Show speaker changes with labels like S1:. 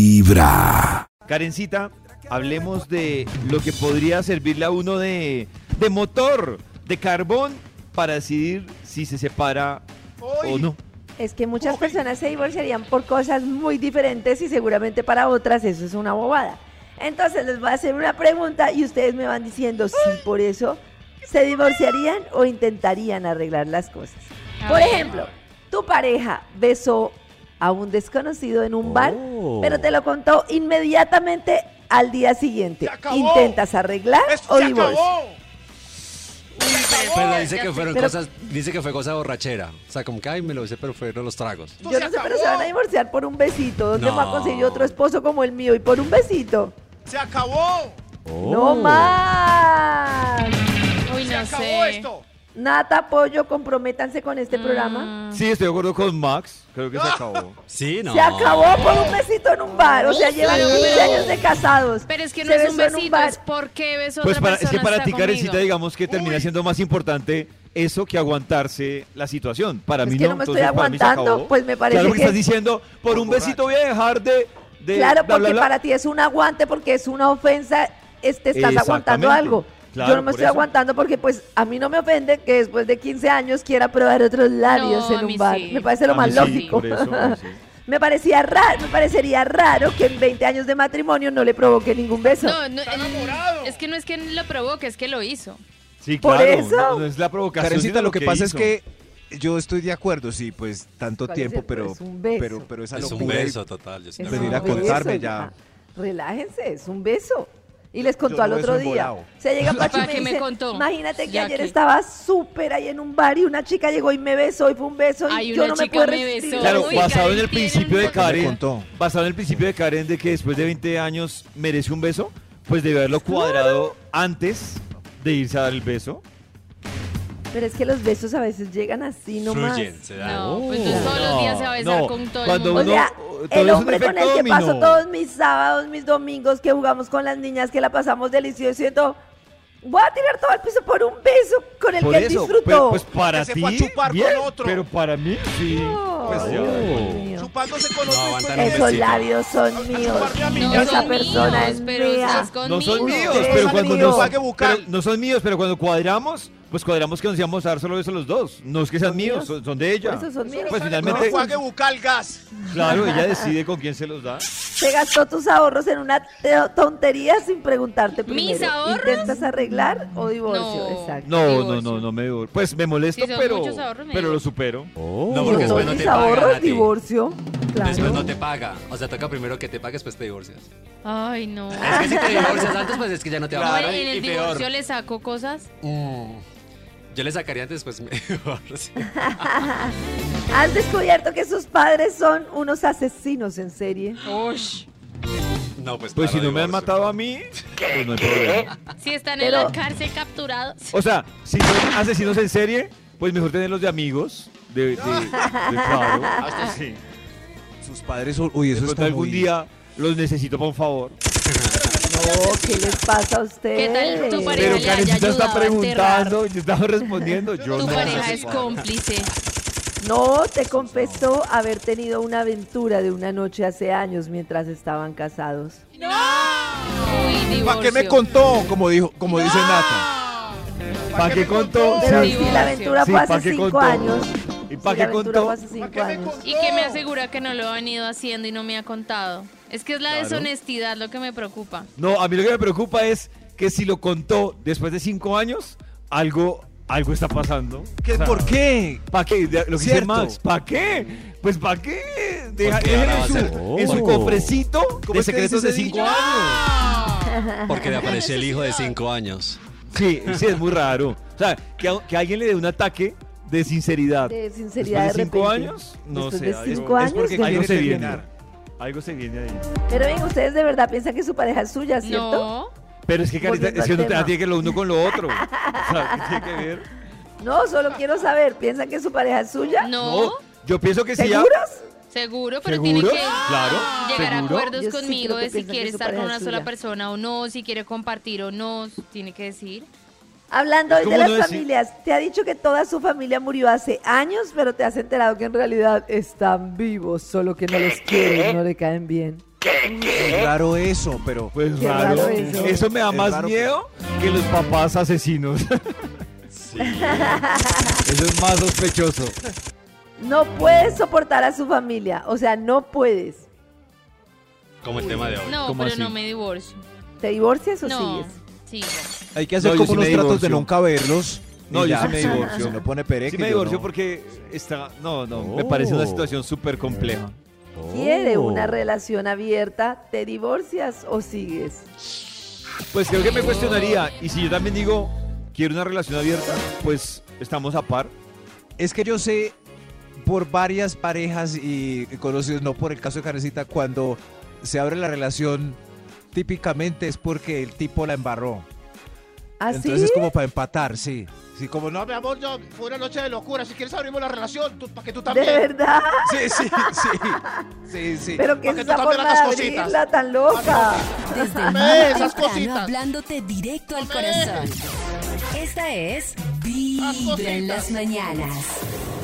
S1: Vibra.
S2: Karencita, hablemos de lo que podría servirle a uno de, de motor, de carbón, para decidir si se separa o no.
S3: Es que muchas personas se divorciarían por cosas muy diferentes y seguramente para otras eso es una bobada. Entonces les voy a hacer una pregunta y ustedes me van diciendo si por eso se divorciarían o intentarían arreglar las cosas.
S4: A
S3: Por
S4: ver.
S3: ejemplo, tu pareja besó a un desconocido en un bar,
S5: Oh.
S3: pero te lo contó inmediatamente al día siguiente.
S5: Se acabó.
S3: ¿Intentas arreglar o
S5: se
S3: divorcio?
S5: acabó.
S6: Pero Pues dice que fueron
S3: Pero-
S6: cosas, dice que fue cosa borrachera. O sea, como que ay, me lo hice, pero fueron los tragos.
S5: Esto
S3: Yo
S5: se
S3: no sé, pero
S5: acabó.
S3: se van a divorciar por un besito. ¿Dónde va a conseguir
S6: No.
S3: otro esposo como el mío? Y por un besito.
S5: Se acabó.
S2: Oh!
S3: No más.
S4: Uy,
S5: Se
S4: no
S5: acabó
S4: sé.
S5: esto.
S3: Nata, Pollo, comprométanse con este programa.
S4: Mm,
S2: Sí, estoy de acuerdo con Max. Creo
S5: Ah.
S2: que se acabó.
S6: Sí, no.
S3: Se acabó por un besito en un bar. O sea, llevan 15 años de casados.
S4: Pero es que no
S3: Se
S4: es un
S3: besó en
S4: besito,
S3: bar.
S4: es porque beso a
S2: Pues
S4: otra
S2: para, es
S4: persona
S2: que para
S4: está
S2: ti,
S4: conmigo.
S2: Karencita, digamos que termina siendo más importante eso que aguantarse la situación. Para
S3: Es
S2: mí
S3: que no me estoy
S2: entonces, para mí se
S3: aguantando,
S2: acabó.
S3: pues me parece
S2: Claro que
S3: que-
S2: estás diciendo, por un besito voy a dejar de... de
S3: Claro,
S2: bla,
S3: porque
S2: bla, bla.
S3: para ti es un aguante, porque es una ofensa, es- te estás
S2: Exactamente.
S3: aguantando algo.
S2: Claro,
S3: Yo no me
S2: por
S3: estoy
S2: eso.
S3: aguantando porque pues a mí no me ofende que después de 15 años quiera probar otros labios
S4: No,
S3: en
S4: a
S3: un
S4: mí
S3: bar.
S4: sí.
S3: Me parece lo
S2: A
S3: más
S2: mí Ah, sí,
S3: lógico.
S2: por eso, a mí sí.
S3: me parecía raro, me parecería raro que en 20 años de matrimonio no le provoque ningún beso.
S4: No, no,
S5: Está
S4: el-
S5: enamorado.
S4: es que no es que lo provoque, es que lo hizo.
S2: Sí,
S3: Por
S2: claro,
S3: eso.
S2: No, no es la provocación.
S7: Karencita,
S2: sino
S7: lo que pasa es
S2: hizo.
S7: que yo estoy de acuerdo, sí, pues tanto
S3: ¿Cuál
S7: tiempo,
S3: es el-
S7: pero,
S3: es un beso?
S7: pero pero esa
S6: Es un
S7: locura y-
S6: beso total. Yo estoy
S3: Es
S6: de
S7: venir
S3: un
S7: a
S6: acuerdo.
S7: contarme ya.
S3: Relájense, es un beso. Y les contó
S7: Yo
S3: al
S7: no
S3: otro
S7: beso
S3: día.
S7: embolado.
S3: Se llega Pacho y
S4: ¿Para
S3: me
S4: qué me
S3: dice,
S4: contó?
S3: imagínate que
S4: Ya
S3: ayer
S4: que-
S3: estaba súper ahí en un bar y una chica llegó y me besó y fue un beso y
S4: Ay,
S3: yo
S4: una
S3: no me
S4: chica
S3: puedo
S4: me
S3: resistir.
S4: besó.
S2: Claro,
S4: Uy,
S2: basado en
S4: Karen
S2: el
S4: tiene
S2: principio
S4: un
S2: de
S4: montón.
S2: Karen,
S7: Me contó.
S2: basado en el principio de Karen de que después de 20 años merece un beso, pues debe haberlo cuadrado antes de irse a dar el beso.
S3: Pero es que los besos a veces llegan así nomás.
S6: Fluyen, se dan.
S4: No, pues no todos los días se va a besar
S2: no,
S4: con todo
S2: cuando
S4: el
S3: O
S2: uno-
S4: mundo.
S3: sea,
S2: todo es
S3: el
S2: un
S3: hombre con el
S2: efecto
S3: que paso
S2: dominó.
S3: todos mis sábados, mis domingos, que jugamos con las niñas, que la pasamos delicioso, siento, voy a tirar todo el piso por un beso con el
S2: Por
S3: que él
S2: eso, pe-
S3: disfrutó.
S2: pues para
S5: Que se
S2: ti,
S5: fue a chupar
S2: bien,
S5: con otro.
S2: pero para mí sí. Pues
S3: Ay,
S2: ya.
S3: Oh, Dios mío.
S5: Chupándose con otro.
S6: No,
S5: después
S6: aguantan
S5: de-
S6: un
S3: Esos
S6: besito.
S3: labios son míos.
S5: chuparme a mí,
S4: No
S5: ya
S3: Esa
S4: son
S5: sabía.
S3: persona
S4: míos,
S3: es
S4: pero
S3: mía.
S4: es conmigo.
S2: No son míos,
S3: Ustedes
S2: pero
S3: son
S2: cuando
S3: amigos.
S2: nos,
S3: Hay
S5: que buscar.
S2: pero no son míos, pero cuando cuadramos, pues cuadramos que nos íbamos a dar solo eso los dos. No es que sean
S3: Son
S2: míos,
S3: míos.
S2: son, son de ella.
S3: Por eso son míos.
S2: Pues
S5: No
S2: finalmente,
S5: fue a que buscar el gas.
S2: claro, ella decide con quién se los da.
S3: Se gastó tus ahorros en una te- tontería sin preguntarte primero.
S4: ahorros?
S3: ¿Intentas arreglar o divorcio?
S4: No.
S3: Exacto.
S2: No, no,
S4: Divorcio.
S2: no, no me divor- Pues me molesto,
S4: Si son
S2: pero,
S4: muchos ahorros, me
S2: pero lo
S4: divorcio.
S2: supero.
S6: No, porque
S3: Todos
S6: después no te
S3: mis
S6: pagan a
S3: ahorros,
S6: ti.
S3: divorcio. Claro.
S6: Después no te paga. O sea, toca primero que te pague, después te divorcias.
S4: Ay, no.
S6: Es que si te divorcias antes, pues es que ya no te va a
S4: No,
S6: pagar.
S4: en el
S6: Y
S4: divorcio
S6: peor.
S4: le saco cosas.
S6: Mm, Yo le sacaría antes, pues me divorcio.
S3: ¿Has descubierto que sus padres son unos asesinos en serie?
S4: Ush.
S6: No, pues
S2: Pues
S6: claro,
S2: si no me han
S6: divorcio.
S2: matado a mí, pues no hay problema.
S4: Si están en
S3: Pero-
S4: la cárcel capturados.
S2: O sea, si son asesinos en serie, pues mejor tenerlos de amigos. De, de, de- claro. Sí.
S7: Sus padres, uy,
S2: De
S7: eso es
S2: pronto
S7: como
S2: algún
S7: ir-
S2: día los necesito, por favor.
S3: No, Oh, ¿qué les pasa a ustedes?
S4: ¿Qué tal tu pareja
S2: Pero
S4: le haya
S2: Karencita está
S4: ayudado a enterrar.
S2: preguntando, yo estaba respondiendo. Yo
S4: Tu
S2: no
S4: pareja
S2: sé.
S4: es cómplice.
S3: No, te confesó haber tenido una aventura de una noche hace años mientras estaban casados.
S4: Uy, divorcio.
S7: ¿Para qué me contó? Como dijo, como dice Nata.
S2: ¿Para qué contó?
S3: Pero
S2: Sí.
S3: si la aventura
S2: Sí,
S3: fue
S2: ¿pa'
S3: hace
S2: qué
S3: cinco
S2: contó?
S3: años.
S2: ¿Y pa'
S3: si la
S2: qué
S3: aventura
S2: contó?
S3: fue hace cinco
S5: qué me
S3: años.
S4: Y que me asegura que no lo han ido haciendo y no me ha contado. Es que es la
S2: Claro.
S4: deshonestidad lo que me preocupa.
S2: No, a mí lo que me preocupa es que si lo contó después de cinco años, algo, algo está pasando.
S7: ¿Qué-
S2: O sea,
S7: ¿Por qué?
S2: ¿Para qué? De- Lo que dice
S7: Cierto.
S2: Max, ¿para qué? Pues ¿para Pues, qué? Deja,
S6: Porque
S2: déjelo
S6: ahora va a
S2: en
S6: ser-
S2: su, en su
S7: Oh.
S2: cofrecito
S7: ¿Cómo
S2: de
S7: es que dice
S2: secretos de
S7: ese
S2: cinco
S7: dicho?
S2: años.
S6: Porque le apareció el hijo de 5 años.
S2: Sí, sí, es muy raro. O sea, que, a- que alguien le dé un ataque de sinceridad.
S3: De sinceridad
S2: Después de
S3: de
S2: cinco
S3: repente.
S2: años, no
S3: Después
S2: sé.
S3: de
S2: algo-
S3: cinco
S7: Es
S3: años.
S7: porque
S3: de-
S2: algo
S7: quiere
S2: se viene.
S7: terminar.
S2: Algo se viene ahí.
S3: Pero ven, ustedes de verdad piensan que su pareja es suya, ¿cierto?
S4: No.
S2: Pero es que Carita,
S3: Volviendo
S2: es que
S3: al
S2: uno te-
S3: tema.
S2: tiene que lo uno con lo otro. O sea, ¿qué tiene que ver?
S3: No, solo quiero saber, ¿piensan que su pareja es suya?
S4: No.
S2: yo pienso que sí. ya-
S3: ¿Seguros?
S4: Seguro, pero
S2: ¿Seguro?
S4: tiene que
S2: Claro,
S4: llegar a
S2: seguro.
S4: acuerdos
S3: Yo sí creo
S4: conmigo
S3: que
S4: de si
S3: piensan que
S4: quiere
S3: su
S4: estar con
S3: pareja
S4: una
S3: es
S4: sola
S3: suya.
S4: persona o no, si quiere compartir o no, tiene que decir.
S3: Hablando
S2: Es
S3: hoy de
S2: como
S3: las
S2: no decir-
S3: familias, te ha dicho que toda su familia murió hace años, pero te has enterado que en realidad están vivos, solo que no los quieren, no le caen bien.
S6: ¿Eh?
S7: Es raro eso, pero.
S2: Pues
S3: Qué
S2: raro.
S3: raro
S2: eso.
S3: eso.
S2: me da
S7: Es
S2: más
S7: raro,
S2: miedo que los papás asesinos. Eso es más sospechoso.
S3: No puedes soportar a su familia, o sea, no puedes.
S6: Como el tema de hoy.
S4: No,
S2: ¿Cómo
S4: pero
S2: así?
S4: no me divorcio.
S3: ¿Te divorcias o
S4: No,
S3: sigues?
S4: sigo.
S7: Hay que hacer
S2: No, yo
S7: como
S2: sí me
S7: unos tratos de
S2: divorcio.
S7: nunca verlos. y
S2: No, yo
S7: ya,
S2: sí me
S7: si-
S2: divorcio.
S7: Si no pone pereque.
S2: Sí me
S7: yo
S2: divorcio
S7: no.
S2: porque está... No, no, me parece una
S7: Oh.
S2: situación súper compleja.
S3: ¿Quiere una
S7: Oh.
S3: relación abierta? ¿Te divorcias o sigues?
S2: Pues creo que me cuestionaría. Y si yo también digo, quiero una relación abierta, pues estamos a par.
S7: Es que yo sé por varias parejas y conocidos, no por el caso de Karencita, cuando se abre la relación, típicamente es porque el tipo la embarró.
S3: ¿Así?
S7: Entonces es como para empatar, sí. Sí, como no.
S5: No, mi amor, yo, fue una noche de locura. Si quieres abrimos la relación, tú, para que tú
S3: ¿De
S5: también.
S3: verdad?
S7: Sí, sí, sí. Sí, sí.
S3: ¿Pero qué es
S5: que tú
S3: esa
S5: cambiaras
S3: forma de
S5: las cositas.
S3: abrirla tan loca?
S1: Desde
S5: Dame
S1: muy
S5: esas
S1: temprano,
S5: cositas.
S1: hablándote directo al
S5: Dame.
S1: corazón. Esta es
S5: Las
S1: Vibra en
S5: cositas.
S1: las mañanas.